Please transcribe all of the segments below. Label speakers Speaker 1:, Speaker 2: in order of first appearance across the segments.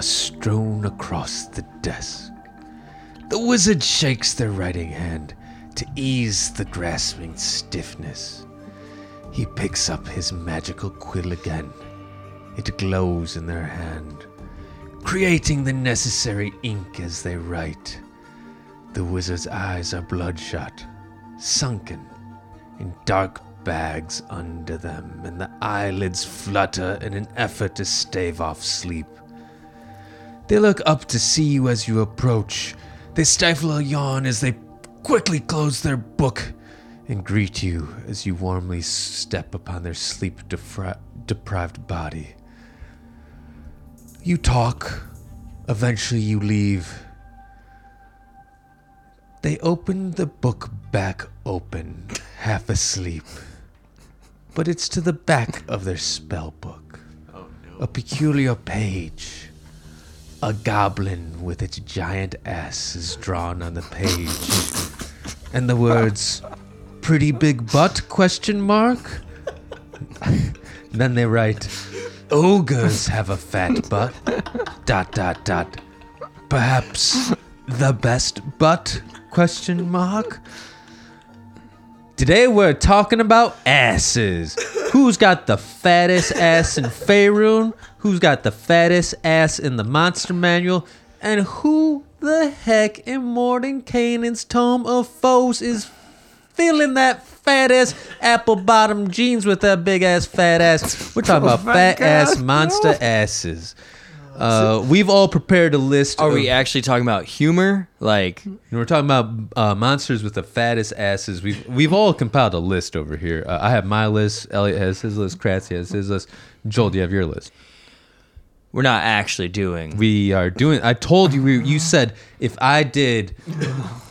Speaker 1: strewn across the desk. The wizard shakes their writing hand to ease the grasping stiffness. He picks up his magical quill again. It glows in their hand, creating the necessary ink as they write. The wizard's eyes are bloodshot, sunken, in dark bags under them, and the eyelids flutter in an effort to stave off sleep. They look up to see you as you approach. They stifle a yawn as they quickly close their book and greet you as you warmly step upon their sleep defri- deprived body. You talk, eventually, you leave. They open the book back open, half asleep. But it's to the back of their spell book. A peculiar page. A goblin with its giant ass is drawn on the page. And the words pretty big butt question mark? then they write ogres have a fat butt. dot dot dot. Perhaps the best butt question mark today we're talking about asses who's got the fattest ass in Faerun? who's got the fattest ass in the monster manual and who the heck in morden canaan's tome of foes is filling that fat ass apple bottom jeans with that big ass fat ass we're talking about
Speaker 2: my
Speaker 1: fat ass
Speaker 2: God.
Speaker 1: monster asses uh, we've all prepared a list
Speaker 3: Are
Speaker 1: of
Speaker 2: Oh.
Speaker 3: we actually talking about humor? Like,
Speaker 1: and we're talking about uh, monsters with the fattest asses. We've we've all compiled a list over here. Uh, I have my list. Elliot has his list. Kratz has his list. Joel, do you have your list?
Speaker 3: we're not actually doing.
Speaker 1: We are doing. I told you. We, you said if I did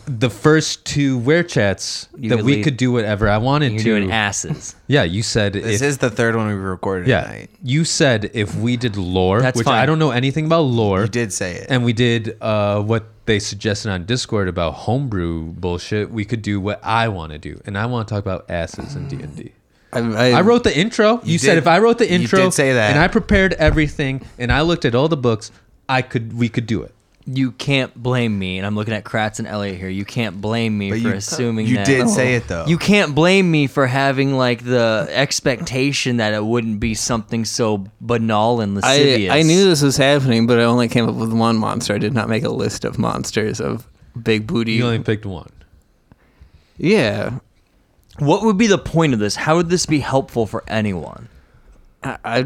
Speaker 1: the first two wear chats,
Speaker 3: You
Speaker 1: that
Speaker 3: could
Speaker 1: we
Speaker 3: leave-
Speaker 1: could do whatever I wanted
Speaker 3: You're
Speaker 1: to.
Speaker 3: doing asses.
Speaker 1: yeah, you said
Speaker 2: This
Speaker 1: if,
Speaker 2: is the third one we recorded
Speaker 1: yeah.
Speaker 2: tonight.
Speaker 1: You said if we did lore,
Speaker 3: That's
Speaker 1: which
Speaker 3: fine.
Speaker 1: I don't know anything about lore.
Speaker 2: You did say it.
Speaker 1: and we did uh, what they suggested on Discord about homebrew bullshit. We could do what I want to do, and I want to talk about asses in D and D.
Speaker 2: I,
Speaker 1: I wrote the intro. You, said
Speaker 2: did-
Speaker 1: if I wrote the
Speaker 2: you
Speaker 1: intro,
Speaker 2: did say that.
Speaker 1: and I prepared everything, and I looked at all the books, I could we could do it.
Speaker 3: You can't blame me, and I'm looking at Kratz and Elliot here. You can't blame me
Speaker 2: But
Speaker 3: for
Speaker 2: you-
Speaker 3: assuming
Speaker 2: you
Speaker 3: that. Oh.
Speaker 2: did say it, though.
Speaker 3: You can't blame me for having like the expectation that it wouldn't be something so banal and
Speaker 4: I,
Speaker 3: lascivious.
Speaker 4: I knew this was happening, but I only came up with one monster. I did not make a list of monsters of big booty.
Speaker 1: You only picked one.
Speaker 4: yeah,
Speaker 3: What would be the point of this? How would this be helpful for anyone?
Speaker 4: I, I,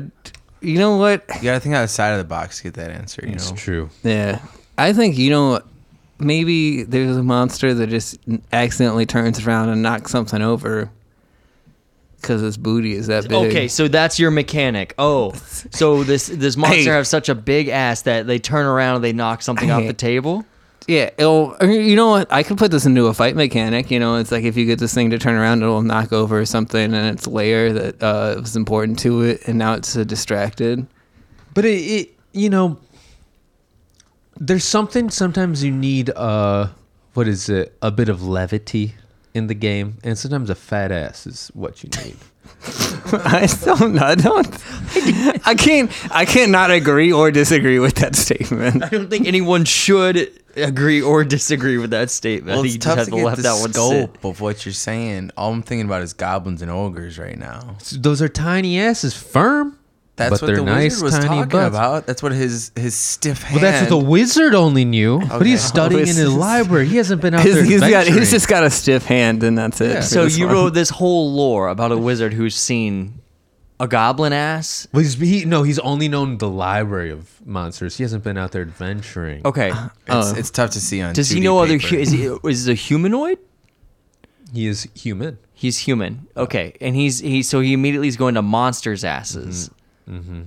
Speaker 4: you know what?
Speaker 2: you gotta think outside of the box to get that answer. You know,
Speaker 1: true.
Speaker 4: Yeah, I think you know, maybe there's a monster that just accidentally turns around and knocks something over because its booty is that big.
Speaker 3: Okay, so that's your mechanic. Oh, so this this monster
Speaker 4: Hey.
Speaker 3: has such a big ass that they turn around and they knock something off
Speaker 4: Hey.
Speaker 3: the table.
Speaker 4: Yeah, it'll, or you know what? I could put this into a fight mechanic. You know, it's like if you get this thing to turn around, it'll knock over something and its layer that uh, was important to it, and now it's uh, distracted.
Speaker 1: But it, it you know, there's something sometimes you need uh what is it a bit of levity in the game, and sometimes a fat ass is what you need.
Speaker 4: I don't. I don't. I can't. I can't not agree or disagree with that statement.
Speaker 3: I don't think anyone should agree or disagree with that statement. I
Speaker 2: well,
Speaker 3: think
Speaker 2: it's
Speaker 3: you just
Speaker 2: tough
Speaker 3: have
Speaker 2: to
Speaker 3: to
Speaker 2: get
Speaker 3: let
Speaker 2: the
Speaker 3: that one sit.
Speaker 2: scope of what you're saying. All I'm thinking about is goblins and ogres right now.
Speaker 1: Those are tiny asses, firm.
Speaker 2: That's
Speaker 1: but
Speaker 2: what
Speaker 1: they're
Speaker 2: the
Speaker 1: nice,
Speaker 2: wizard was
Speaker 1: tiny
Speaker 2: talking
Speaker 1: butts.
Speaker 2: about. That's what his his stiff
Speaker 1: Well,
Speaker 2: hand.
Speaker 1: that's what the wizard only knew. But he's
Speaker 2: Okay.
Speaker 1: studying in his
Speaker 4: Wizards.
Speaker 1: library. He hasn't been out there.
Speaker 4: He's, he's got.
Speaker 1: adventuring.
Speaker 4: He's just got a stiff hand, and that's it. for
Speaker 3: So
Speaker 4: this
Speaker 3: you
Speaker 4: one.
Speaker 3: wrote this whole lore about a wizard who's seen a goblin ass.
Speaker 1: Well, he's, he, no, he's only known the library of monsters. He hasn't been out there adventuring.
Speaker 3: Okay,
Speaker 2: It's, it's tough to see on.
Speaker 3: Uh, does he
Speaker 2: 2D
Speaker 3: know other?
Speaker 2: Uh, paper.
Speaker 3: Hu- is he is he a humanoid?
Speaker 1: He is human.
Speaker 3: He's human. Okay, and he's he so he immediately is going to monsters' asses.
Speaker 2: Mm-hmm.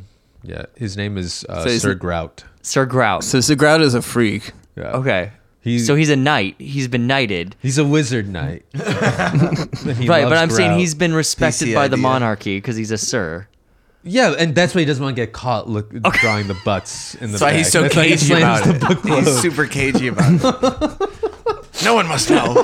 Speaker 1: Yeah, his name is uh,
Speaker 4: So he's-
Speaker 1: Sir Grout.
Speaker 3: Sir Grout.
Speaker 4: So Zagrout is a freak.
Speaker 1: Yeah.
Speaker 3: okay,
Speaker 1: He's-
Speaker 3: so he's a knight. He's been knighted.
Speaker 1: He's a wizard knight. He
Speaker 3: Right,
Speaker 1: loves
Speaker 3: but I'm saying
Speaker 1: Grout.
Speaker 3: he's been respected
Speaker 2: PC
Speaker 3: by the
Speaker 2: idea.
Speaker 3: monarchy because he's a sir.
Speaker 1: yeah, and that's why he doesn't want to get caught look, drawing the butts in the.
Speaker 2: That's why
Speaker 1: back.
Speaker 2: he's so
Speaker 1: That's why he
Speaker 2: cagey
Speaker 1: slams
Speaker 2: about
Speaker 1: the book
Speaker 2: it. He's super cagey about it. No one must know.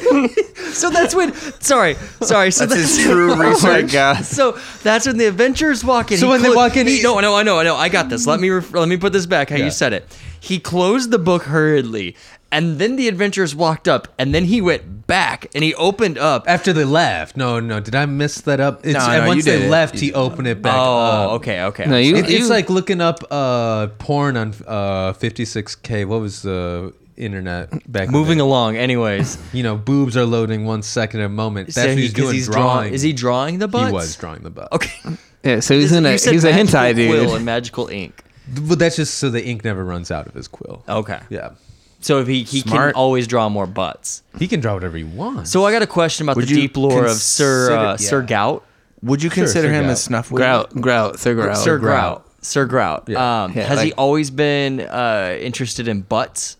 Speaker 3: so that's when. Sorry, sorry. So
Speaker 2: That's his
Speaker 3: that's Oh
Speaker 2: true research.
Speaker 3: So that's when the adventurers walk in.
Speaker 1: So
Speaker 3: He
Speaker 1: when they walk in,
Speaker 3: he,
Speaker 1: he-
Speaker 3: no, no, I know, I know. I got this. Let me ref- let me put this back how
Speaker 2: Yeah.
Speaker 3: you said it. He closed the book hurriedly, and then the adventurers walked up, and then he went back, and he opened up.
Speaker 1: After they left. No, no. Did I mess that up? It's,
Speaker 2: No,
Speaker 1: and
Speaker 2: no, you
Speaker 1: once they
Speaker 2: did.
Speaker 1: left,
Speaker 2: You
Speaker 1: he
Speaker 2: did.
Speaker 1: opened it back up.
Speaker 3: Oh, okay, okay.
Speaker 4: No, you,
Speaker 1: It-
Speaker 4: you-
Speaker 1: it's like looking up uh, porn on uh, 56K. What was the internet back
Speaker 3: Moving
Speaker 1: then?
Speaker 3: along, anyways.
Speaker 1: You know, boobs are loading one second a moment. That's
Speaker 3: So
Speaker 1: what
Speaker 3: he-
Speaker 1: he's
Speaker 3: 'cause
Speaker 1: doing.
Speaker 3: draw-
Speaker 1: drawing.
Speaker 3: Is he drawing the butts?
Speaker 1: He was drawing the butt.
Speaker 3: Okay.
Speaker 4: yeah, so he's in a
Speaker 3: You said
Speaker 4: he's a
Speaker 3: magical
Speaker 4: hentai dude.
Speaker 3: Quill and magical ink.
Speaker 1: But that's just so the ink never runs out of his quill.
Speaker 3: Okay.
Speaker 1: Yeah.
Speaker 3: So if he, he can
Speaker 2: Smart.
Speaker 3: always draw more butts.
Speaker 1: He can draw whatever he wants.
Speaker 3: So I got a question about
Speaker 2: Would
Speaker 3: the
Speaker 2: you
Speaker 3: deep lore of Sir
Speaker 2: consider-
Speaker 3: uh,
Speaker 2: yeah.
Speaker 3: Sir Gout.
Speaker 2: Would you consider
Speaker 1: Sir
Speaker 2: him
Speaker 1: Gout.
Speaker 2: a snuff
Speaker 4: Grout, grout, Sir Grout.
Speaker 3: Sir Grout. Sir Grout.
Speaker 1: Yeah.
Speaker 3: Um,
Speaker 4: Yeah,
Speaker 3: has he
Speaker 4: like-
Speaker 3: always been uh, interested in butts?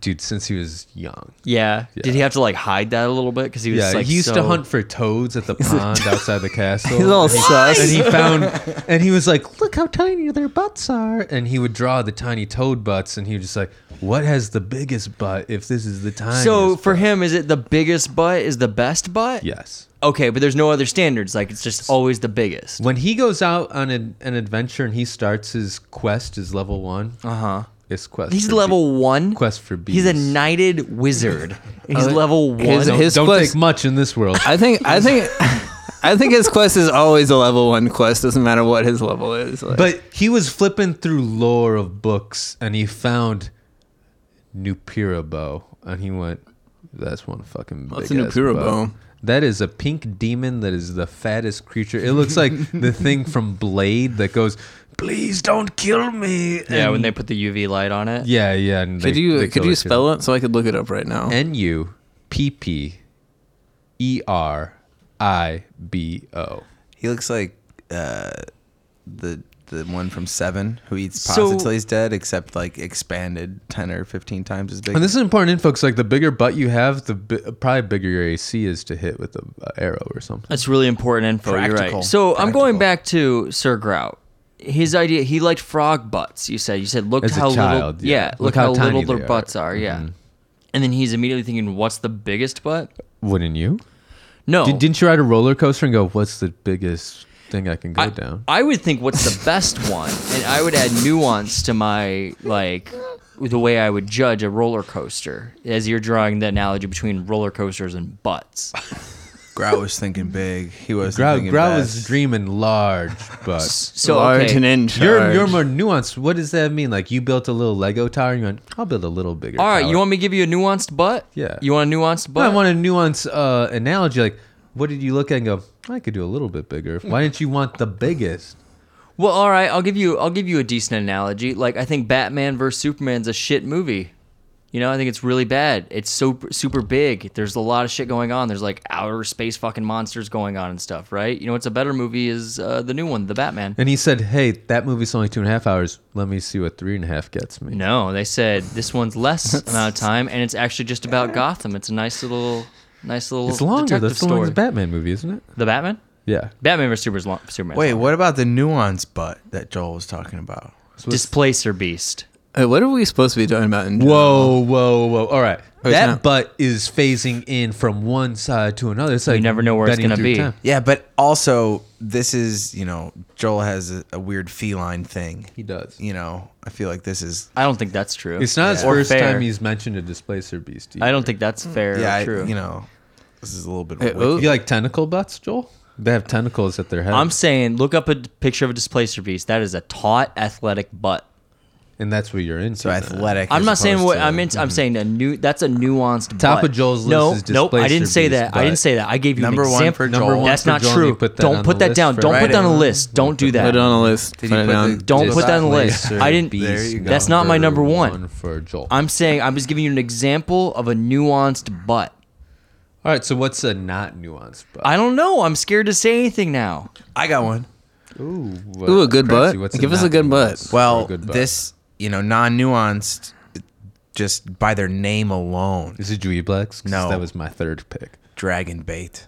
Speaker 1: Dude, since he was young.
Speaker 3: Yeah. Did he have to like hide that a little bit because he was
Speaker 1: Yeah,
Speaker 3: like
Speaker 1: he used to
Speaker 3: so-
Speaker 1: hunt for toads at the pond outside the castle.
Speaker 4: He's all
Speaker 1: and he-
Speaker 4: sus.
Speaker 1: And he found, and he was like, "Look how tiny their butts are!" And he would draw the tiny toad butts, and he was just like, "What has the biggest butt? If this is the tiniest."
Speaker 3: So for
Speaker 1: butt?"
Speaker 3: him, is it the biggest butt is the best butt?
Speaker 1: yes,
Speaker 3: Okay, but there's no other standards. Like it's just always the biggest.
Speaker 1: when he goes out on an, an adventure and he starts his quest, is level one. Uh huh. His quest.
Speaker 3: Uh-huh. He's
Speaker 1: for
Speaker 3: level
Speaker 1: be-
Speaker 3: one.
Speaker 1: Quest for
Speaker 3: He's a
Speaker 1: bees.
Speaker 3: knighted wizard. He's level one.
Speaker 4: his-
Speaker 1: Don't,
Speaker 4: his
Speaker 1: don't
Speaker 4: quest-
Speaker 1: take much in this world.
Speaker 4: I think I think I think his quest is always a level one quest. Doesn't matter what his level is. Like,
Speaker 1: But he was flipping through lore of books and he found Nupira bow and he went, "That's one fucking
Speaker 4: What's
Speaker 1: big
Speaker 4: a
Speaker 1: ass
Speaker 4: Nupira
Speaker 1: bow."
Speaker 4: bow?
Speaker 1: That is a pink demon that is the fattest creature. It looks like the thing from Blade that goes, "Please don't kill me."
Speaker 3: yeah,
Speaker 1: And-
Speaker 3: when they put the UV light on it.
Speaker 1: yeah, yeah. And
Speaker 4: could
Speaker 1: they-
Speaker 4: you
Speaker 1: they
Speaker 4: could
Speaker 1: kill
Speaker 4: you
Speaker 1: each
Speaker 4: spell it so I could look it up right now?
Speaker 1: other. N U P P E R I B O?
Speaker 2: He looks like uh, the the one from Seven who eats pasta
Speaker 3: So-
Speaker 2: till he's dead, except like expanded ten or fifteen times as big.
Speaker 1: And this is important info because, like, the bigger butt you have, the bi- probably bigger your AC is to hit with an arrow or something.
Speaker 3: That's really important info. You're
Speaker 2: Practical.
Speaker 3: right. So I'm going
Speaker 2: Practical.
Speaker 3: back to Sir Grout. His idea. He liked frog butts. You said. You said. Look
Speaker 1: As a
Speaker 3: how
Speaker 1: child,
Speaker 3: little.
Speaker 1: yeah.
Speaker 3: Yeah. Look, how,
Speaker 1: tiny
Speaker 3: little
Speaker 1: they
Speaker 3: their
Speaker 1: are. Mm-hmm.
Speaker 3: butts are. Yeah. And then he's immediately thinking, "What's the biggest butt?"
Speaker 1: Wouldn't you?
Speaker 3: No.
Speaker 1: Did, didn't you ride a roller coaster and go, what's the biggest thing I can go
Speaker 3: I,
Speaker 1: down?
Speaker 3: I would think what's the best one, and I would add nuance to my like the way I would judge a roller coaster, as you're drawing the analogy between roller coasters and butts.
Speaker 2: Grout was thinking big. He was
Speaker 1: Grow,
Speaker 2: thinking
Speaker 1: Grow
Speaker 2: best.
Speaker 1: is dreaming large, but
Speaker 3: So
Speaker 4: Large
Speaker 3: okay.
Speaker 4: and in
Speaker 1: you're,
Speaker 4: charge.
Speaker 1: you're more nuanced. What does that mean? Like, you built a little Lego tower and you went, I'll build a little bigger
Speaker 3: All right,
Speaker 1: tower."
Speaker 3: you want me to give you a nuanced butt?
Speaker 1: Yeah.
Speaker 3: You want a nuanced
Speaker 1: Well,
Speaker 3: butt?
Speaker 1: I want a nuanced uh, analogy. Like, what did you look at and go, I could do a little bit bigger. Why didn't you want the biggest?
Speaker 3: Well, all right, I'll give you I'll give you a decent analogy. Like I think Batman vs Superman's a shit movie. You know, I think it's really bad. It's so super big. There's a lot of shit going on. There's like outer space fucking monsters going on and stuff, right? You know, what's a better movie is uh, the new one, The Batman.
Speaker 1: And he said, hey, that movie's only two and a half hours. Let me see what three and a half gets me.
Speaker 3: No, they said this one's less amount of time, and it's actually just about Gotham. It's a nice little, nice little
Speaker 1: It's longer.
Speaker 3: detective
Speaker 1: That's the
Speaker 3: story.
Speaker 1: longest Batman movie, isn't it?
Speaker 3: the Batman,
Speaker 1: Yeah.
Speaker 3: Batman vs Superman's long, Superman.
Speaker 2: Wait, what about the nuance butt that Joel was talking about?
Speaker 1: So it's-
Speaker 3: Displacer Beast.
Speaker 4: Uh, what are we supposed to be talking about? In
Speaker 1: Whoa, whoa, whoa. All right.
Speaker 4: it's
Speaker 1: that
Speaker 4: not-
Speaker 1: butt is phasing in from one side to another. It's like
Speaker 3: never know where it's
Speaker 1: bending
Speaker 3: gonna
Speaker 1: through
Speaker 3: be.
Speaker 1: time.
Speaker 2: Yeah, but also this is you know Joel has a, a weird feline thing.
Speaker 1: He does.
Speaker 2: You know, I feel like this is
Speaker 3: I don't think that's true.
Speaker 1: It's not his
Speaker 3: Yeah. Or
Speaker 1: first
Speaker 3: fair.
Speaker 1: time he's mentioned a displacer beast.
Speaker 3: I don't think that's fair.
Speaker 2: yeah,
Speaker 3: or
Speaker 2: I,
Speaker 3: true.
Speaker 2: you know, this is a little bit.
Speaker 4: Hey,
Speaker 2: wicked.
Speaker 1: Do you like tentacle butts, Joel? They have tentacles at their head.
Speaker 3: I'm saying, look up a d- picture of a displacer beast. That is a taut, athletic butt.
Speaker 1: and that's what you're into.
Speaker 2: so
Speaker 1: then.
Speaker 2: athletic.
Speaker 3: I'm
Speaker 2: as
Speaker 3: not saying
Speaker 2: opposed
Speaker 3: what
Speaker 2: to-
Speaker 3: I'm. In, I'm saying a new. That's a nuanced.
Speaker 1: Mhm. Top
Speaker 3: butt.
Speaker 1: of Joel's
Speaker 3: no,
Speaker 1: list is
Speaker 3: Nope, I didn't
Speaker 1: displacer
Speaker 3: say
Speaker 1: beast,
Speaker 3: that. I
Speaker 1: but-
Speaker 3: didn't say that. I gave you
Speaker 2: Number
Speaker 3: an
Speaker 2: one
Speaker 3: example.
Speaker 2: for Joel. Number one
Speaker 3: That's
Speaker 1: for
Speaker 3: not
Speaker 1: Joel, and you
Speaker 3: true.
Speaker 1: put that on
Speaker 3: Don't
Speaker 1: the
Speaker 3: put that
Speaker 1: list
Speaker 3: down.
Speaker 1: for
Speaker 3: Don't put that on the
Speaker 2: writing.
Speaker 3: list. Don't do
Speaker 4: Put it
Speaker 3: that.
Speaker 4: on a list.
Speaker 2: Did
Speaker 4: put
Speaker 2: you
Speaker 4: it
Speaker 2: put
Speaker 4: down.
Speaker 2: the-
Speaker 3: Don't put that on the list.
Speaker 1: Displacer
Speaker 3: I didn't.
Speaker 1: beast
Speaker 2: There you go.
Speaker 3: That's not my number one.
Speaker 1: for Joel.
Speaker 3: I'm saying I was giving you an example of a nuanced butt.
Speaker 1: All right. So what's a not nuanced butt?
Speaker 3: I don't know. I'm scared to say anything now.
Speaker 2: I got one.
Speaker 1: Ooh, what-
Speaker 4: Ooh, a good
Speaker 1: Crazy,
Speaker 4: butt?
Speaker 1: what's
Speaker 4: Give us a
Speaker 1: not
Speaker 4: good butt.
Speaker 1: nuanced or a
Speaker 2: Well,
Speaker 1: good butt?
Speaker 2: this you know non-nuanced, just by their name alone,
Speaker 1: is it Dweeblex? 'Cause
Speaker 2: No.
Speaker 1: that was my third pick.
Speaker 2: dragon bait.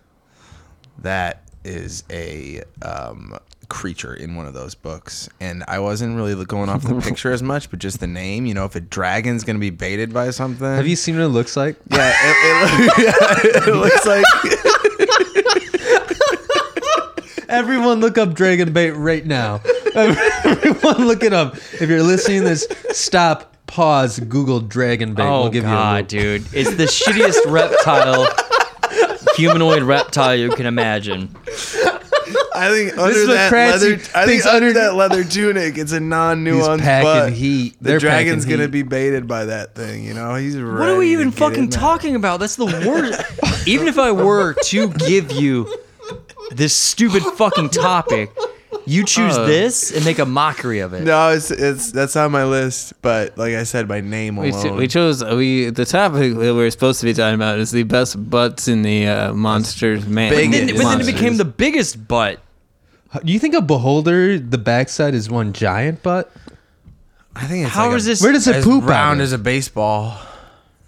Speaker 2: That is a um, creature in one of those books, and I wasn't really going off the picture as much, but just the name. You know, if a dragon's gonna be baited by something,
Speaker 1: Have you seen what it looks like?
Speaker 2: Yeah, it, it, it looks like
Speaker 1: Everyone look up Dragon Bait right now. Everyone look it up. If you're listening to this, stop, pause, Google Dragon Bait.
Speaker 3: Oh
Speaker 1: we'll give you a
Speaker 3: god,
Speaker 1: little-
Speaker 3: dude! It's the shittiest reptile, humanoid reptile you can imagine.
Speaker 2: I think under
Speaker 1: is what
Speaker 2: that
Speaker 1: Crancy
Speaker 2: leather, I think
Speaker 1: thinks
Speaker 2: under
Speaker 1: under-
Speaker 2: that leather tunic, it's a
Speaker 1: He's
Speaker 2: non-nuanced
Speaker 1: packing
Speaker 2: butt.
Speaker 1: heat.
Speaker 2: The
Speaker 1: They're
Speaker 2: dragon's
Speaker 1: packing
Speaker 2: gonna
Speaker 1: heat.
Speaker 2: be baited by that thing. You know, he's
Speaker 3: What are we even fucking talking about? That's the worst. even if I were to give you this stupid fucking topic, you choose
Speaker 4: Uh.
Speaker 3: this and make a mockery of it.
Speaker 2: No, it's it's that's on my list, but like I said, by name
Speaker 4: We,
Speaker 2: alone.
Speaker 4: cho- we chose we the topic that we're supposed to be talking about is the best butts in the uh, monsters man.
Speaker 2: Big-
Speaker 3: Then, but then it
Speaker 2: Monsters.
Speaker 3: became the biggest butt.
Speaker 1: Do you think a beholder, the backside is one giant butt?
Speaker 2: I think it's
Speaker 3: How
Speaker 2: like
Speaker 3: is
Speaker 2: a,
Speaker 3: this?
Speaker 1: Where does it
Speaker 2: as
Speaker 1: poop
Speaker 2: round
Speaker 1: out?
Speaker 2: as a baseball?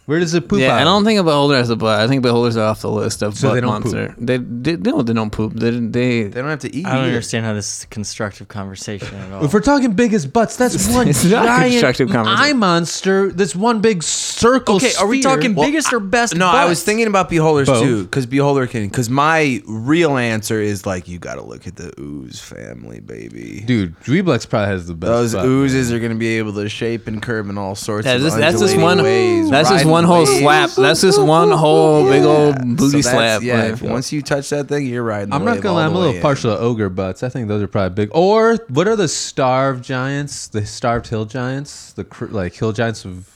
Speaker 1: Where does it poop
Speaker 4: yeah,
Speaker 1: out?
Speaker 4: I don't think a beholder has a butt. I think beholders are off the list of
Speaker 1: So
Speaker 4: butt
Speaker 1: they don't poop.
Speaker 4: monster. They, they no, they don't poop. They they,
Speaker 2: They don't have to eat.
Speaker 3: I don't
Speaker 2: either.
Speaker 3: understand how this is a constructive conversation at all.
Speaker 1: If we're talking biggest butts, that's one
Speaker 4: it's not a
Speaker 1: giant
Speaker 4: constructive conversation.
Speaker 1: eye monster. That's one big circle.
Speaker 3: okay, are we
Speaker 1: sphere.
Speaker 3: talking
Speaker 2: Well,
Speaker 3: biggest or best?
Speaker 2: No, I was
Speaker 3: butts?
Speaker 2: thinking about beholders
Speaker 1: Both.
Speaker 2: too, because beholder can. Because my real answer is like, you got to look at the ooze family, baby.
Speaker 1: dude? Dweeblex probably has the best.
Speaker 2: Those
Speaker 1: butt.
Speaker 2: oozes are going to be able to shape and curve in all sorts
Speaker 4: Yeah,
Speaker 2: of
Speaker 4: just, that's just
Speaker 2: undulating
Speaker 4: one.
Speaker 2: ways.
Speaker 4: that's just
Speaker 2: riding
Speaker 4: one whole
Speaker 2: waves.
Speaker 4: slap. That's just one whole big
Speaker 2: Yeah,
Speaker 4: old booty
Speaker 2: so that's-
Speaker 4: slap.
Speaker 2: Yeah,
Speaker 4: like,
Speaker 2: if- once you touch that thing, you're riding. The
Speaker 1: I'm not
Speaker 2: wave
Speaker 1: gonna
Speaker 2: all
Speaker 1: lie, I'm
Speaker 2: the
Speaker 1: a little
Speaker 2: way
Speaker 1: partial to ogre butts. I think those are probably big. Or what are the starved giants? The starved hill giants? The cr- like hill giants of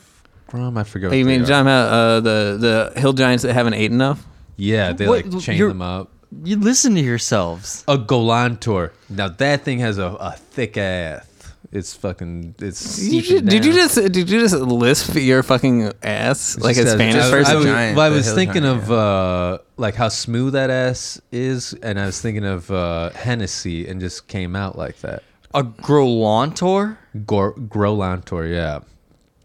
Speaker 1: Grom? I forget. What
Speaker 4: Oh, you
Speaker 1: they
Speaker 4: mean
Speaker 1: are.
Speaker 4: John? Uh, the the hill giants that haven't ate enough.
Speaker 1: Yeah, they
Speaker 3: What-
Speaker 1: like chain
Speaker 3: you're-
Speaker 1: them up.
Speaker 3: You listen to yourselves.
Speaker 1: A Golantor. Now that thing has a, a thick ass. It's fucking. It's.
Speaker 4: Did you, did you just did you just lisp your fucking ass like a
Speaker 1: Just as-
Speaker 4: Spanish
Speaker 1: I- I,
Speaker 4: person?
Speaker 1: was-
Speaker 2: Giant,
Speaker 1: well, I
Speaker 2: the
Speaker 1: was
Speaker 2: hill
Speaker 1: thinking
Speaker 2: giant,
Speaker 1: of uh, like how smooth that ass is, and I was thinking of uh, Hennessy, and just came out like that.
Speaker 3: A Grolantor?
Speaker 1: Gor- Grolantor, yeah.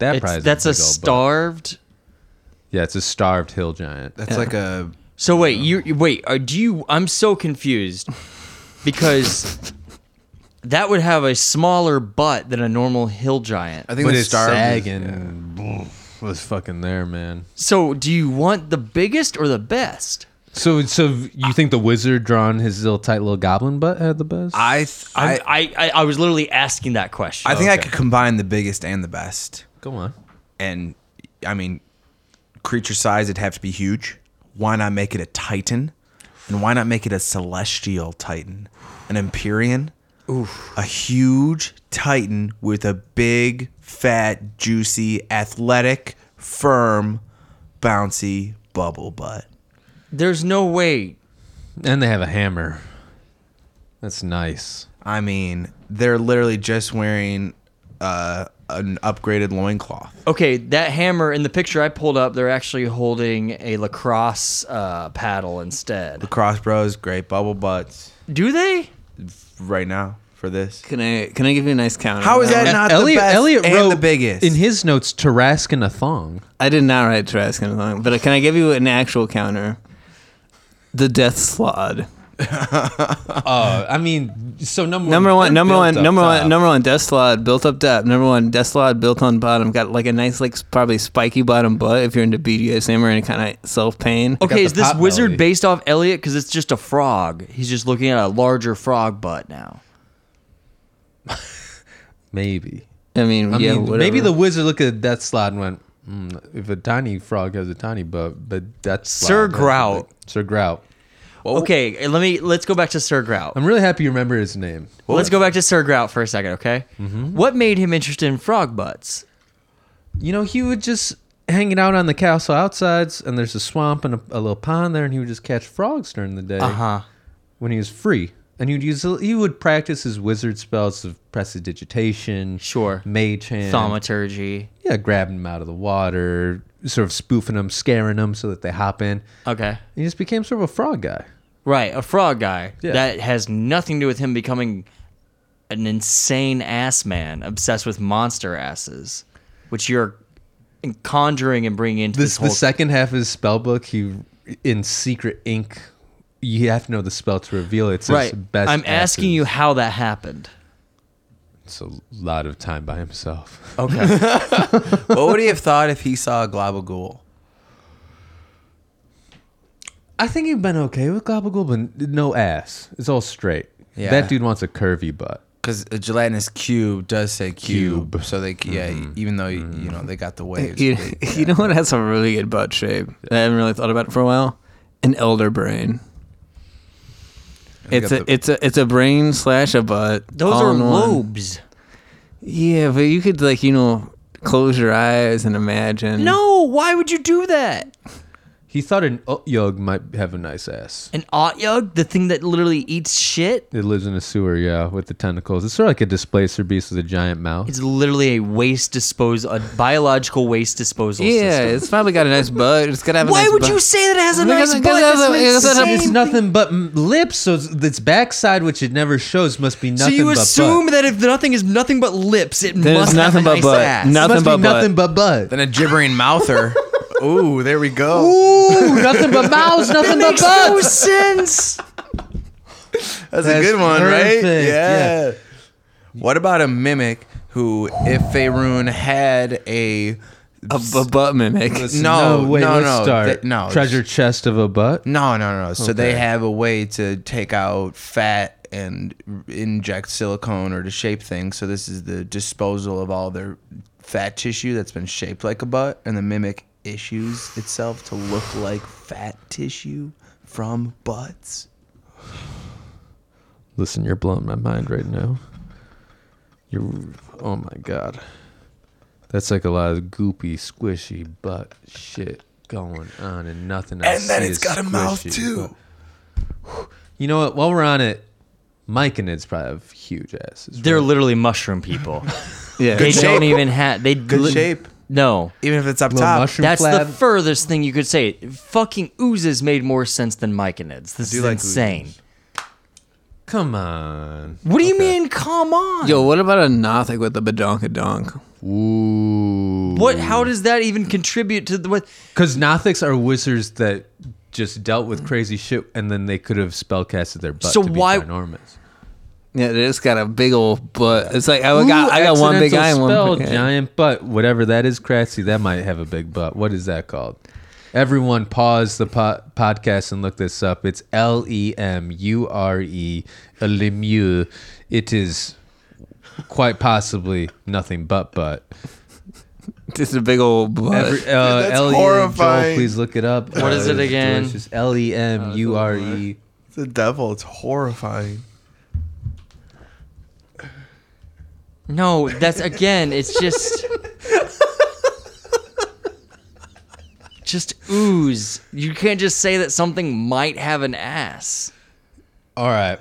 Speaker 1: That
Speaker 3: It's,
Speaker 1: prize.
Speaker 3: that's a starved.
Speaker 1: Yeah, it's a starved hill giant.
Speaker 2: That's like a.
Speaker 3: So wait, you you- wait. Are, do you? I'm so confused because that would have a smaller butt than a normal hill giant.
Speaker 2: I think
Speaker 1: But
Speaker 2: the
Speaker 1: it's
Speaker 2: star
Speaker 1: sagging. Oof, Was fucking there, man.
Speaker 3: So do you want the biggest or the best?
Speaker 1: So, so you think the wizard drawing his little tight little goblin butt had the best?
Speaker 2: I th-
Speaker 3: I
Speaker 2: I
Speaker 3: I, I, I was literally asking that question.
Speaker 2: I think I
Speaker 1: Okay.
Speaker 2: could combine the biggest and the best,
Speaker 1: Go on.
Speaker 2: and I mean, creature size it'd have to be huge. Why not make it a titan, and why not make it a celestial titan, an empyrean, a huge titan with a big, fat, juicy, athletic, firm, bouncy bubble butt.
Speaker 3: There's no way.
Speaker 1: And they have a hammer. That's nice.
Speaker 2: I mean, they're literally just wearing uh, an upgraded loincloth.
Speaker 3: Okay, that hammer in the picture I pulled up, they're actually holding a lacrosse uh, paddle instead.
Speaker 2: Cross Bros, great bubble butts
Speaker 3: Do they?
Speaker 2: right now for this.
Speaker 4: can I can I give you a nice counter?
Speaker 2: How is that
Speaker 4: on one?
Speaker 2: not the best and the biggest?
Speaker 1: in his notes Tarask in a thong.
Speaker 4: I did not write Jurassic Park, but can I give you an actual counter? The Death Slod.
Speaker 1: Oh, I mean, so number
Speaker 4: Number one,
Speaker 1: they're
Speaker 4: number
Speaker 1: built
Speaker 4: one,
Speaker 1: up
Speaker 4: number
Speaker 1: top.
Speaker 4: one, number one. Death Slod built up top. Number one, Death Slod built on bottom. Got like a nice, like s- probably spiky bottom butt if you're into BDSM or any kind of self pain.
Speaker 3: Okay,
Speaker 1: the
Speaker 3: is this
Speaker 1: pop
Speaker 3: wizard
Speaker 1: melody.
Speaker 3: based off Elliot? Because it's just a frog. He's just looking at a larger frog butt now.
Speaker 1: maybe.
Speaker 4: I mean,
Speaker 1: I
Speaker 4: yeah,
Speaker 1: mean,
Speaker 4: whatever.
Speaker 1: maybe the wizard looked at that slot and went, mm, "If a tiny frog has a tiny butt, but that's
Speaker 3: Sir Grout.
Speaker 1: Sir Grout.
Speaker 3: Okay, and let me let's go back to Sir Grout.
Speaker 1: I'm really happy you remember his name.
Speaker 3: Let's go back to Sir Grout for a second, okay?
Speaker 1: Mm-hmm.
Speaker 3: What made him interested in frog butts?
Speaker 1: You know, he would just hanging out on the castle outsides, and there's a swamp and a, a little pond there, and he would just catch frogs during the day
Speaker 3: huh.
Speaker 1: when he was free. And he'd use he would practice his wizard spells of prestidigitation,
Speaker 3: Sure.
Speaker 1: mage hand,
Speaker 3: Thaumaturgy.
Speaker 1: yeah, grabbing them out of the water, sort of spoofing them, scaring them so that they hop in.
Speaker 3: Okay.
Speaker 1: He just became sort of a frog guy.
Speaker 3: Right, a frog guy.
Speaker 1: Yeah.
Speaker 3: That has nothing to do with him becoming an insane ass man obsessed with monster asses, which you're conjuring and bringing into this,
Speaker 1: this
Speaker 3: whole
Speaker 1: the second half of his spell book he in secret ink you have to know the spell to reveal it. So it's
Speaker 3: right.
Speaker 1: best
Speaker 3: I'm asking you
Speaker 1: asses.
Speaker 3: how that happened.
Speaker 1: It's a lot of time by himself.
Speaker 2: Okay. what would he have thought if he saw a Globagul?
Speaker 1: I think you've been okay with Gabagool, but no ass. It's all straight.
Speaker 2: Yeah.
Speaker 1: That dude wants a curvy butt.
Speaker 2: Because a gelatinous cube does say cube,
Speaker 1: Cube.
Speaker 2: so they yeah, even though you know they got the waves.
Speaker 4: You,
Speaker 2: they-
Speaker 4: you know what has a really good butt shape? I haven't really thought about it for a while. An elder brain.
Speaker 2: They
Speaker 4: It's
Speaker 2: got
Speaker 4: a
Speaker 2: the-
Speaker 4: it's a it's a brain slash a butt.
Speaker 3: Those
Speaker 4: all
Speaker 3: are
Speaker 4: in one.
Speaker 3: lobes.
Speaker 4: Yeah, but you could like you know close your eyes and
Speaker 1: Mm.
Speaker 4: imagine.
Speaker 3: No, why would you do that?
Speaker 1: He thought an yog might have a nice ass.
Speaker 3: An otyug, the thing that literally eats shit,
Speaker 1: It lives in a sewer, yeah, with the tentacles. It's sort of like a displacer beast with a giant mouth.
Speaker 3: it's literally a waste disposal, a biological waste disposal
Speaker 4: Yeah,
Speaker 3: system.
Speaker 4: it's probably got a nice butt. It's gotta have. A
Speaker 3: Why
Speaker 4: nice
Speaker 3: would
Speaker 4: butt.
Speaker 3: you say that it has a
Speaker 4: Because-
Speaker 3: nice butt?
Speaker 4: because it has a-
Speaker 3: That's
Speaker 4: it has a-
Speaker 3: insane.
Speaker 4: it's
Speaker 1: It's nothing but m- lips, so it's, its backside, which it never shows, must be
Speaker 3: So
Speaker 1: nothing
Speaker 3: you
Speaker 1: but
Speaker 3: assume that if nothing is nothing but lips, it
Speaker 4: Then it's
Speaker 3: must have
Speaker 4: nothing
Speaker 3: a
Speaker 4: but
Speaker 3: nice
Speaker 4: butt.
Speaker 3: ass.
Speaker 1: butt.
Speaker 4: Nothing
Speaker 1: It must
Speaker 4: but
Speaker 1: be
Speaker 4: butt.
Speaker 1: nothing but butt.
Speaker 2: then a gibbering mouther. Ooh, there we go.
Speaker 1: Ooh, nothing but mouths, nothing but
Speaker 3: makes no
Speaker 1: butts.
Speaker 3: sense.
Speaker 2: That's,
Speaker 1: That's
Speaker 2: a good one, right?
Speaker 1: perfect,
Speaker 2: Yeah. What about a mimic who, if Faerun had a
Speaker 4: A, a butt mimic.
Speaker 2: no,
Speaker 1: wait,
Speaker 2: no,
Speaker 1: let's
Speaker 2: no,
Speaker 1: start.
Speaker 2: They- no,
Speaker 1: treasure chest of a butt.
Speaker 2: No, no, no. no. So they
Speaker 1: Okay.
Speaker 2: have a way to take out fat and r- inject silicone or to shape things. So this is the disposal of all their fat tissue that's been shaped like a butt, and the mimic issues itself to look like fat tissue from butts.
Speaker 1: Listen, you're blowing my mind right now. You're, oh my god, that's like a lot of goopy, squishy butt shit going on, and nothing. I
Speaker 2: And then
Speaker 1: see is
Speaker 2: it's got a mouth,
Speaker 1: squishy,
Speaker 2: too.
Speaker 1: but- you know what? While we're on it, Mike and Ed's probably have huge asses.
Speaker 3: They're literally mushroom people.
Speaker 4: Yeah.
Speaker 3: they
Speaker 2: shape.
Speaker 3: don't even have they
Speaker 2: Good shape.
Speaker 3: No,
Speaker 2: Even if it's up
Speaker 1: Little
Speaker 2: top,
Speaker 1: mushroom
Speaker 3: that's
Speaker 1: flab.
Speaker 3: the furthest thing you could say. Fucking oozes made more sense than myconids. This
Speaker 2: do
Speaker 3: is
Speaker 2: like
Speaker 3: insane.
Speaker 2: oozes.
Speaker 1: Come on.
Speaker 3: What do you mean? Come on.
Speaker 4: Yo, what about a Nothic with a badonkadonk?
Speaker 1: Ooh.
Speaker 3: what? How does that even contribute to the? What?
Speaker 1: Because Nothics are wizards that just dealt with crazy shit, and then they could have spellcasted their butt
Speaker 3: So
Speaker 1: to
Speaker 3: why-
Speaker 1: be ginormous.
Speaker 4: Yeah, they just got a big old butt. It's like I got I got one big
Speaker 1: accidental
Speaker 4: eye and
Speaker 1: spell,
Speaker 4: one big eye.
Speaker 1: giant butt, whatever that is, Kratzy. That might have a big butt. What is that called? Everyone, pause the po- podcast and look this up. It's L E M U R E Lemieux. It is quite possibly nothing but butt.
Speaker 4: Just a big old butt.
Speaker 1: Every, uh,
Speaker 2: That's
Speaker 1: L E M- Joel,
Speaker 2: horrifying.
Speaker 1: please look it up.
Speaker 3: What is it again?
Speaker 1: It's L E M U
Speaker 4: Oh,
Speaker 1: R E.
Speaker 2: the devil. It's horrifying.
Speaker 3: No, that's again. It's just. Just ooze. You can't just say that something might have an ass.
Speaker 1: All right.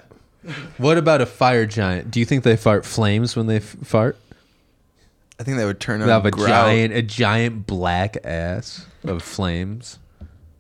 Speaker 1: What about a fire giant? Do you think they fart flames when they f- fart?
Speaker 2: I think that would turn
Speaker 1: They have
Speaker 2: out
Speaker 1: a
Speaker 2: a
Speaker 1: giant, a giant black ass of flames,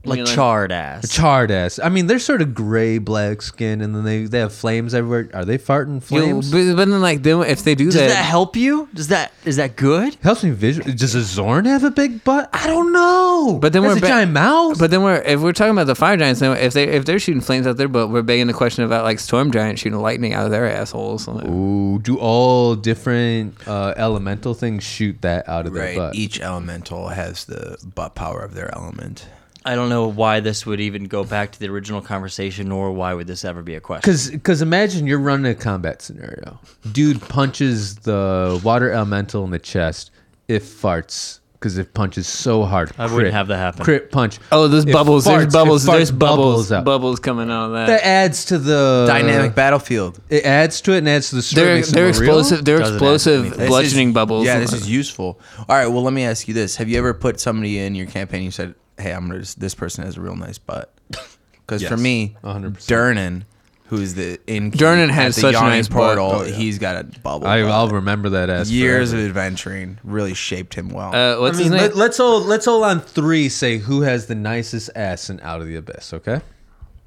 Speaker 3: Like
Speaker 4: mean like-
Speaker 3: charred ass.
Speaker 1: charred ass. I mean, they're sort of gray black skin, and then they they have flames everywhere. Are they farting
Speaker 4: Yo, but,
Speaker 1: flames?
Speaker 4: but then like then if they do
Speaker 3: Does
Speaker 4: that,
Speaker 3: that help you? Does that is that good?
Speaker 1: Helps me visual. Does a Zorn have a big butt? I don't know.
Speaker 4: But then
Speaker 1: That's
Speaker 4: we're
Speaker 1: a
Speaker 4: ba-
Speaker 1: giant mouth.
Speaker 4: but then we're if we're talking about the fire giants, then if they if they're shooting flames out their butt, we're begging the question about like storm giants shooting lightning out of their assholes. Like,
Speaker 1: Ooh, do all different uh, elemental things shoot that out of
Speaker 2: Right.
Speaker 1: their butt?
Speaker 2: Each elemental has the butt power of their element.
Speaker 3: I don't know why this would even go back to the original conversation, nor why would this ever be a question.
Speaker 1: Cause, cause imagine you're running a combat scenario. Dude punches the water elemental in the chest. It farts because it punches so hard.
Speaker 3: I wouldn't have that happen.
Speaker 1: Crit punch.
Speaker 4: Oh, there's
Speaker 1: It
Speaker 4: bubbles!
Speaker 1: farts, it
Speaker 4: there's bubbles!
Speaker 1: farts
Speaker 4: There's bubbles!
Speaker 1: out.
Speaker 4: Bubbles, coming out of that.
Speaker 1: that adds to the
Speaker 2: Dynamic battlefield.
Speaker 1: It adds to it and adds to the story.
Speaker 4: they're
Speaker 1: makes it
Speaker 4: they're
Speaker 1: more real.
Speaker 4: explosive. They're
Speaker 3: Doesn't add
Speaker 4: explosive
Speaker 2: This
Speaker 4: bludgeoning
Speaker 2: is-
Speaker 4: bubbles.
Speaker 2: Yeah, this is useful. All right, well, let me ask you this: Have you ever put somebody in your campaign? You said, "Hey, I'm gonna just, this person has a real nice butt." Because for
Speaker 1: Yes,
Speaker 2: me,
Speaker 1: 100%.
Speaker 2: Dernan, who's the in
Speaker 4: Dernan has such a nice butt.
Speaker 2: portal,
Speaker 4: Oh, yeah.
Speaker 2: he's got a bubble.
Speaker 1: I,
Speaker 2: butt.
Speaker 1: I'll remember that as
Speaker 2: years
Speaker 1: forever.
Speaker 2: of adventuring really shaped him well.
Speaker 4: Uh,
Speaker 1: I
Speaker 4: what's
Speaker 1: mean,
Speaker 4: his name?
Speaker 1: let, let's all let's all on three say who has the nicest ass in Out of the Abyss. Okay,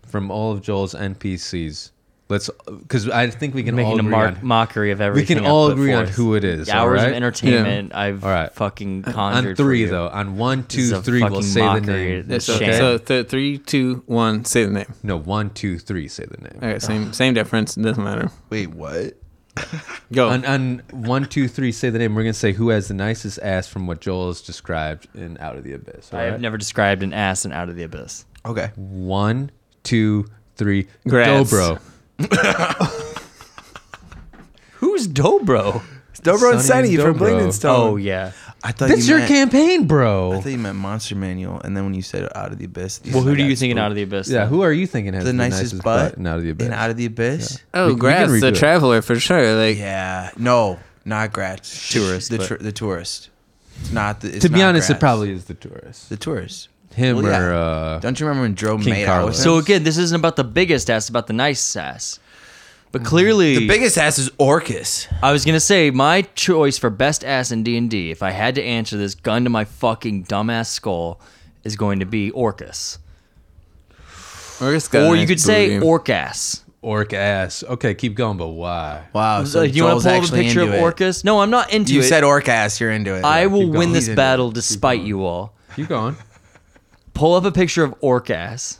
Speaker 1: from all of Joel's NPCs, Let's, because I think we can all
Speaker 3: making a
Speaker 1: agree
Speaker 3: mar-
Speaker 1: on-
Speaker 3: mockery of everything.
Speaker 1: can
Speaker 3: I
Speaker 1: all
Speaker 3: put
Speaker 1: agree on
Speaker 3: forth.
Speaker 1: who it is,
Speaker 3: Hours
Speaker 1: alright?
Speaker 3: of entertainment. I've
Speaker 1: Alright.
Speaker 3: fucking
Speaker 1: on,
Speaker 3: conjured. for
Speaker 1: three
Speaker 3: you.
Speaker 1: though. On one,
Speaker 3: This is
Speaker 1: two,
Speaker 3: a
Speaker 1: three, we'll
Speaker 3: fucking
Speaker 1: say the
Speaker 3: mockery.
Speaker 1: name.
Speaker 3: This
Speaker 4: So,
Speaker 3: shit.
Speaker 4: so th- three, two, one. Say the name.
Speaker 1: No, one, two, three. Say the name.
Speaker 4: All right, same same difference. It doesn't matter.
Speaker 2: Wait, what?
Speaker 4: Go.
Speaker 1: On, on one, two, three. Say the name. We're gonna say who has the nicest ass from what Joel has described in Out of the Abyss.
Speaker 3: I have
Speaker 1: alright?
Speaker 3: never described an ass and out of the abyss.
Speaker 2: Okay.
Speaker 1: One, two, three.
Speaker 4: Grass.
Speaker 1: Dobro.
Speaker 3: Who's Dobro?
Speaker 2: Dobro and
Speaker 1: Sonny and
Speaker 2: Sunny from
Speaker 1: Dobro.
Speaker 2: Blingden
Speaker 3: Oh yeah.
Speaker 2: I thought
Speaker 1: That's
Speaker 2: you
Speaker 1: your
Speaker 2: meant,
Speaker 1: campaign,
Speaker 2: I
Speaker 1: bro.
Speaker 2: thought you meant Monster Manual, and then when you said Out of the Abyss,
Speaker 3: Well, who do you think
Speaker 2: think
Speaker 3: in out of the abyss?
Speaker 1: Yeah,
Speaker 3: then?
Speaker 1: who are you thinking has
Speaker 2: the nicest, butt,
Speaker 1: in Out of the Abyss?
Speaker 2: In Out of the Abyss.
Speaker 1: we-
Speaker 4: oh,
Speaker 1: we can
Speaker 4: Grass, the
Speaker 1: redo it.
Speaker 4: traveler for sure. Like
Speaker 2: Yeah. No, not Gratz.
Speaker 3: Tourist,
Speaker 2: The,
Speaker 3: but-
Speaker 2: tr- the tourist. It's not the. It's
Speaker 1: to be
Speaker 2: not
Speaker 1: honest,
Speaker 2: Gratz.
Speaker 1: it probably is the tourist.
Speaker 2: the tourist.
Speaker 1: Him
Speaker 2: Well, yeah.
Speaker 1: or uh,
Speaker 2: Don't you remember when Joe
Speaker 1: King
Speaker 2: made out
Speaker 1: Carlos.
Speaker 2: with him?
Speaker 3: So again, this isn't about the biggest ass, it's about the nice ass. But clearly,
Speaker 2: the biggest ass is Orcus.
Speaker 3: I was gonna say my choice for best ass in D and D, if I had to answer this gun to my fucking dumbass skull, is going to be Orcus.
Speaker 4: Or, it's got a
Speaker 3: or you
Speaker 4: nice
Speaker 3: could say
Speaker 4: booty.
Speaker 3: Orcass.
Speaker 1: orc ass. Okay, keep going, but why?
Speaker 2: Wow.
Speaker 3: Do you want to pull up a picture of Orcus? No, I'm not into
Speaker 2: You
Speaker 3: it.
Speaker 2: said Orcas. You're into it.
Speaker 3: I
Speaker 2: Yeah,
Speaker 3: will
Speaker 2: keep going.
Speaker 3: win this
Speaker 2: He's into
Speaker 3: battle despite you all.
Speaker 1: Keep going.
Speaker 3: Pull up a picture of Orcas.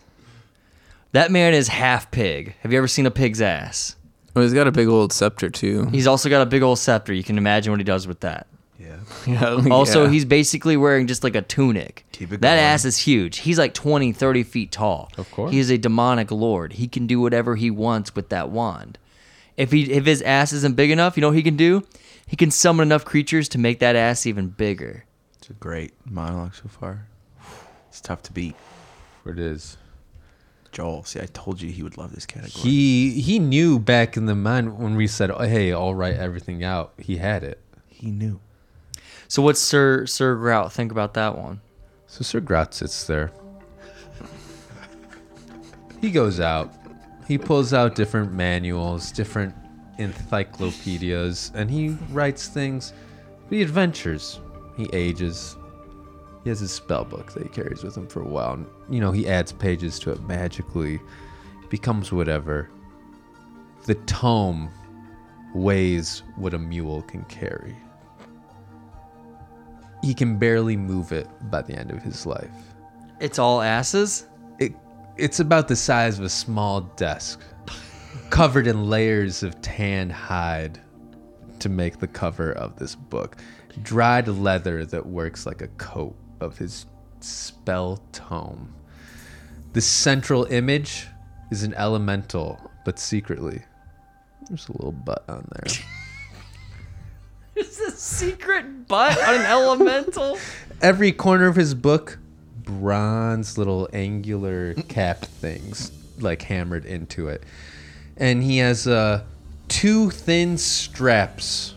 Speaker 3: That man is half pig. Have you ever seen a pig's ass?
Speaker 4: Well, he's got a big old scepter too.
Speaker 3: He's also got a big old scepter. You can imagine what he does with that.
Speaker 4: Yeah, like,
Speaker 3: Also,
Speaker 4: yeah.
Speaker 3: he's basically wearing just like a tunic.
Speaker 2: Keep it
Speaker 3: that
Speaker 2: going.
Speaker 3: ass is huge. He's like 20, 30 feet tall.
Speaker 1: Of course.
Speaker 3: He is a demonic lord. He can do whatever he wants with that wand. If he if his ass isn't big enough, you know what he can do? He can summon enough creatures to make that ass even bigger.
Speaker 2: it. It's a great monologue so far. It's tough to beat.
Speaker 1: It is.
Speaker 2: Joel, see, I told you he would love this category.
Speaker 1: He he knew back in the mind when we said, oh, "Hey, I'll write everything out." He had it.
Speaker 2: he knew.
Speaker 3: So what's Sir Sir Grout think about that one?
Speaker 1: So Sir Grot sits there. He goes out. He pulls out different manuals, different encyclopedias, and he writes things. He adventures. He ages. He has his spell book that he carries with him for a while. And, you know, he adds pages to it magically. Becomes whatever. The tome weighs what a mule can carry he can barely move it by the end of his life.
Speaker 3: It's all asses?
Speaker 1: It, it's about the size of a small desk, covered in layers of tan hide to make the cover of this book. Dried leather that works like a coat of his spell tome. The central image is an elemental, but secretly, there's a little butt on there.
Speaker 3: It's a secret butt on an elemental.
Speaker 1: every corner of his book bronze little angular cap things like hammered into it and he has uh, two thin straps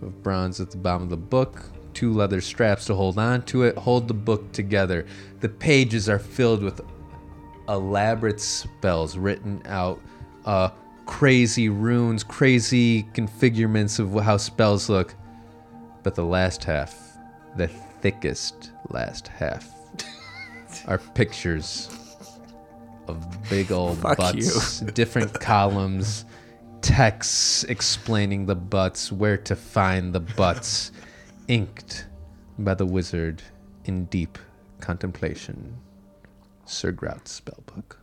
Speaker 1: of bronze at the bottom of the book two leather straps to hold on to it hold the book together the pages are filled with elaborate spells written out uh, crazy runes crazy configurements of how spells look but the last half, the thickest last half, are pictures of big old
Speaker 4: Fuck
Speaker 1: butts, different columns, texts explaining the butts, where to find the butts, inked by the wizard in deep contemplation. Sir Grout's spellbook.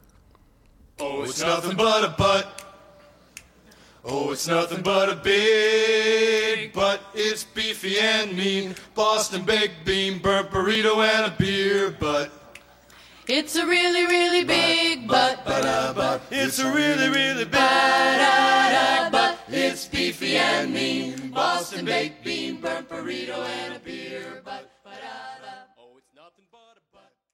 Speaker 5: Oh, it's nothing but a butt. Oh, it's nothing but a big butt. It's beefy and mean. Boston baked bean, burnt burrito, and a beer butt.
Speaker 6: It's a really, really big butt.
Speaker 5: It's a really, really big
Speaker 6: butt.
Speaker 5: It's beefy and mean. Boston baked bean, burnt burrito, and a beer butt. Oh, it's nothing but a butt.